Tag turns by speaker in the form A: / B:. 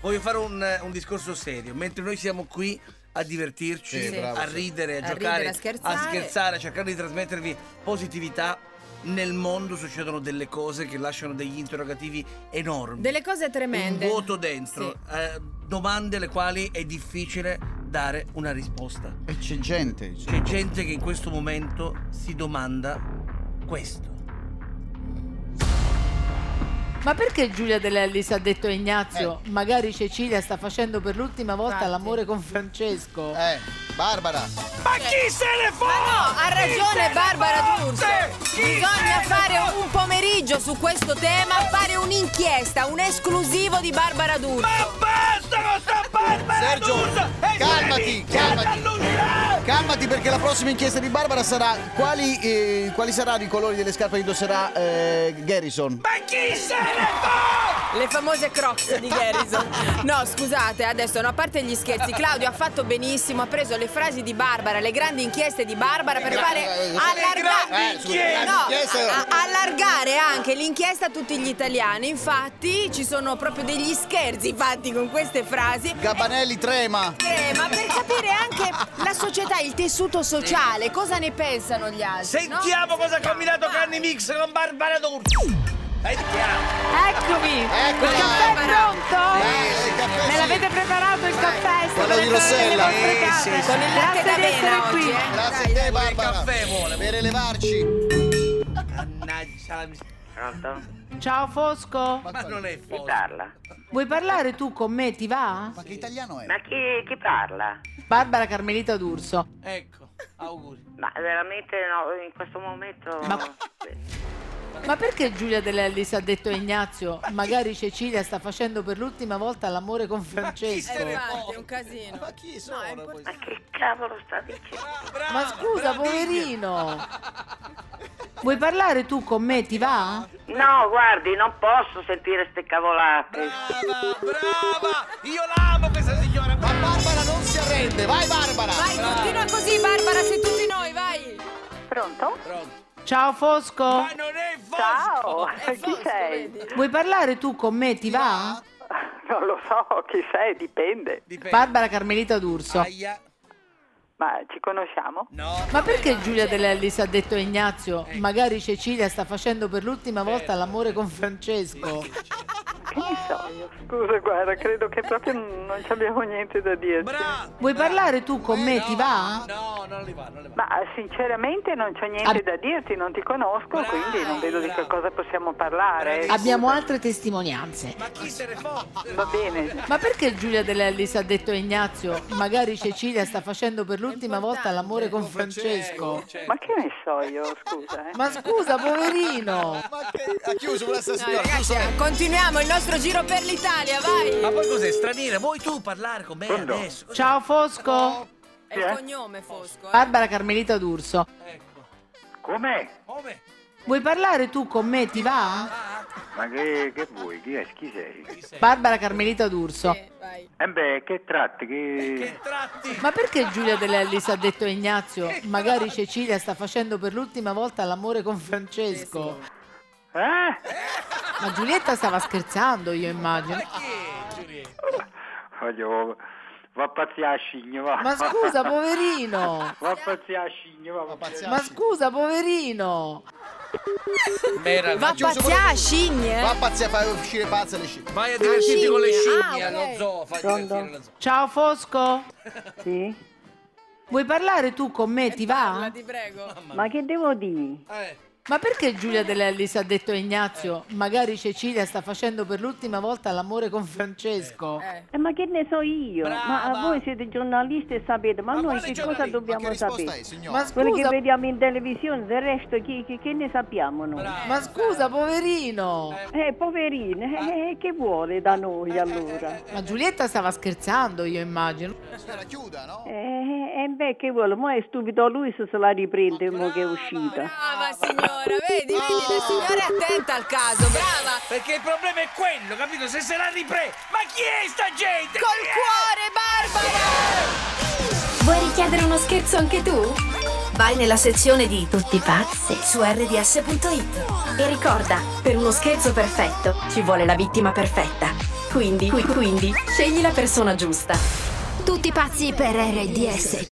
A: Voglio fare un, un discorso serio. Mentre noi siamo qui a divertirci,
B: Sì, bravo,
A: a
B: sì.
A: ridere, a,
C: A
A: giocare,
C: ridere, a scherzare.
A: a scherzare, a cercare di trasmettervi positività, nel mondo succedono delle cose che lasciano degli interrogativi enormi.
C: Delle cose tremende.
A: Un vuoto dentro,
C: Sì.
A: eh, domande alle quali è difficile dare una risposta.
B: E c'è gente. cioè.
A: C'è gente che in questo momento si domanda questo.
D: Ma perché Giulia Della Ellis ha detto a Ignazio,
B: Eh.
D: magari Cecilia sta facendo per l'ultima volta
C: Infatti.
D: l'amore con Francesco?
B: Eh, Barbara.
A: Ma chi se ne fa?
C: Cioè, Ma no, ha ragione Barbara D'Urso.
A: Chi
C: Bisogna fare un pomeriggio su questo tema, fare un'inchiesta, un esclusivo di Barbara D'Urso.
A: Ma basta con sta Barbara
B: Sergio,
A: D'Urso! È
B: calmati,
A: dedicata
B: calmati.
A: all'unità!
B: Calmati perché la prossima inchiesta di Barbara sarà quali, eh, quali saranno i colori delle scarpe che indosserà eh, Garrison.
A: Ma chi se ne fa?
C: Le famose crocs di Garrison. No, scusate, adesso no, a parte gli scherzi, Claudio ha fatto benissimo, ha preso le frasi di Barbara, le grandi inchieste di Barbara per
B: gra-
C: fare
B: eh,
C: allargare.
B: grandi inchieste.
C: No,
B: Inchieste.
C: a- a- allargare anche l'inchiesta a tutti gli italiani. Infatti, ci sono proprio degli scherzi fatti con queste frasi.
B: Gabanelli trema.
C: Eh, ma per capire anche la società, il tessuto sociale, cosa ne pensano gli altri?
A: Sentiamo cosa ha combinato Canni Mix con Barbara D'Urso. Sentiamo.
E: Eccomi!
B: Ecco
E: il caffè è
C: Barbara.
E: pronto?
B: Eh, il caffè
E: Me
B: sì.
E: l'avete preparato il caffè? Sto
B: Quello di
E: vedendo le
B: Rossella.
E: vostre
A: Sì,
E: case.
A: sì, sì.
C: Con il latte
E: Grazie di essere
C: d'avena oggi,
E: qui.
C: eh.
B: Grazie
C: Dai,
B: a te,
A: vuole il
B: Barbara.
A: caffè, vuole.
B: Per elevarci.
A: Mannaggia la mis-
F: Pronto?
D: Ciao Fosco,
A: Ma non è
F: Chi
A: forte.
F: parla?
D: vuoi parlare tu con me? Ti va?
B: Ma che italiano è?
F: Ma chi, chi parla?
D: Barbara Carmelita D'Urso.
A: Ecco, auguri.
F: Ma veramente no, in questo momento...
D: Ma- Ma perché Giulia Della Ellis ha detto a Ignazio, magari Cecilia sta facendo per l'ultima volta l'amore con
A: se ne
D: Francesco?
C: Eh, Infatti, è un casino.
B: Ma chi sono questi?
F: Ma che cavolo sta dicendo?
A: Brava,
D: Ma scusa,
A: brava, diglielo.
D: poverino. Vuoi parlare tu con me? Ti va?
F: No, guardi, non posso sentire ste cavolate.
A: Brava, brava! Io l'amo questa signora!
B: Ma Barbara non si arrende, vai Barbara!
C: Vai, continua così, Barbara, sei tutti noi, vai.
E: Pronto?
A: Pronto.
D: Ciao Fosco,
A: Ma non è forte!
E: Ciao,
C: È
E: chi
C: Fosco,
E: sei?
C: vedi?
D: vuoi parlare tu con me? Ti va?
E: Non lo so, chi sei, dipende.
A: Dipende.
D: Barbara Carmelita D'Urso.
A: Aia.
E: Ma ci conosciamo?
A: No.
D: Ma perché Giulia Dell'Ellis ha detto a Ignazio, magari Cecilia sta facendo per l'ultima volta l'amore con Francesco?
E: Che ne so io? Ah, Scusa, guarda, credo che proprio non ci abbiamo niente da dirci.
A: Brava!
D: Vuoi parlare tu con me?
A: Eh, No,
D: Ti va?
A: No, non le va, non le va.
E: Ma sinceramente non c'ho niente
D: Ab-
E: da dirti, non ti conosco,
A: Bravo,
E: quindi non vedo di che
A: bravo.
E: cosa possiamo parlare. eh,
A: Bravissimo.
D: Abbiamo altre testimonianze.
A: Ma chi se ne fa?
E: Va bene,
D: Ma perché Giulia Dell'Ellis ha detto a Ignazio, magari Cecilia sta facendo per l'ultima volta l'amore con Francesco?
E: ma che ne so io, scusa, eh?
D: Ma scusa, poverino!
B: Ma che... Ha chiuso quella
C: No,
B: signora,
C: ragazzi, eh.
B: giusto?
C: continuiamo il nostro giro per l'Italia, vai.
A: Ma poi cos'è, straniera? Vuoi tu parlare con me adesso? Cos'è?
D: Ciao Fosco,
C: È il cognome Fosco,
E: Ah,
C: eh.
D: Barbara Carmelita D'Urso.
A: Ecco.
G: Com'è?
A: Come?
D: Vuoi parlare tu con me? Ti va?
A: Ah,
G: Ma che, che vuoi? Chi, è, chi sei?
A: chi sei?
D: Barbara Carmelita D'Urso.
C: Sì, Eh, vai.
G: E beh, che tratti? Che...
A: Eh, Che tratti?
D: Ma perché Giulia Dell'Ellis ha detto a Ignazio, magari Cecilia sta facendo per l'ultima volta l'amore con Francesco?
G: Eh?
D: Ma Giulietta stava scherzando, io immagino.
A: Chi, Giulietta?
G: Voglio... Va a pazziare a scigno, va.
D: Ma scusa, poverino!
G: Va a pazziare a scigno, va. va.
D: Ma scusa, poverino!
C: Va a pazziare, scimmie.
B: Va pazzia, fai uscire pazza le scimmie.
A: Vai a divertirti con le
C: scimmie.
A: scimmie,
C: Ah, ok.
A: allo zoo, fai divertire lo zoo.
D: Ciao Fosco,
H: Sì,
D: vuoi parlare tu con me? Ti va?
C: Parla, Ah, ti prego.
H: ma che devo dire?
A: Eh,
D: Ma perché Giulia Dell'Ellis ha detto a Ignazio, magari Cecilia sta facendo per l'ultima volta l'amore con Francesco?
C: Eh.
H: Eh, ma che ne so io?
A: Brava.
H: Ma voi siete giornalisti e sapete, ma,
A: Ma
H: noi
A: quale
H: che cosa
A: giornalista?
B: Ma che
H: dobbiamo
B: risposta
H: sapere?
B: è, signora?
D: Ma
H: Quello che
D: scusa,
H: vediamo in televisione, del resto chi, chi- che ne sappiamo noi?
A: brava.
D: ma scusa, poverino!
H: Eh, poverino, eh, eh, che vuole da noi allora?
C: eh,
D: Ma Giulietta stava scherzando, io immagino.
B: Signora, chiuda, no?
H: Eh, eh, eh, beh, che vuole? Mo' è stupido lui se se la riprende mo' che è uscita.
C: Brava signora, vedi, vedi, la signora è attenta al caso, brava.
A: Perché il problema è quello, capito? Se se la riprende. Ma chi è sta gente?
C: Col cuore, Barbara!
I: Vuoi richiedere uno scherzo anche tu? Vai nella sezione di Tutti pazzi su rds.it e ricorda, per uno scherzo perfetto ci vuole la vittima perfetta. Quindi, qui- quindi, scegli la persona giusta. Tutti pazzi per RDS.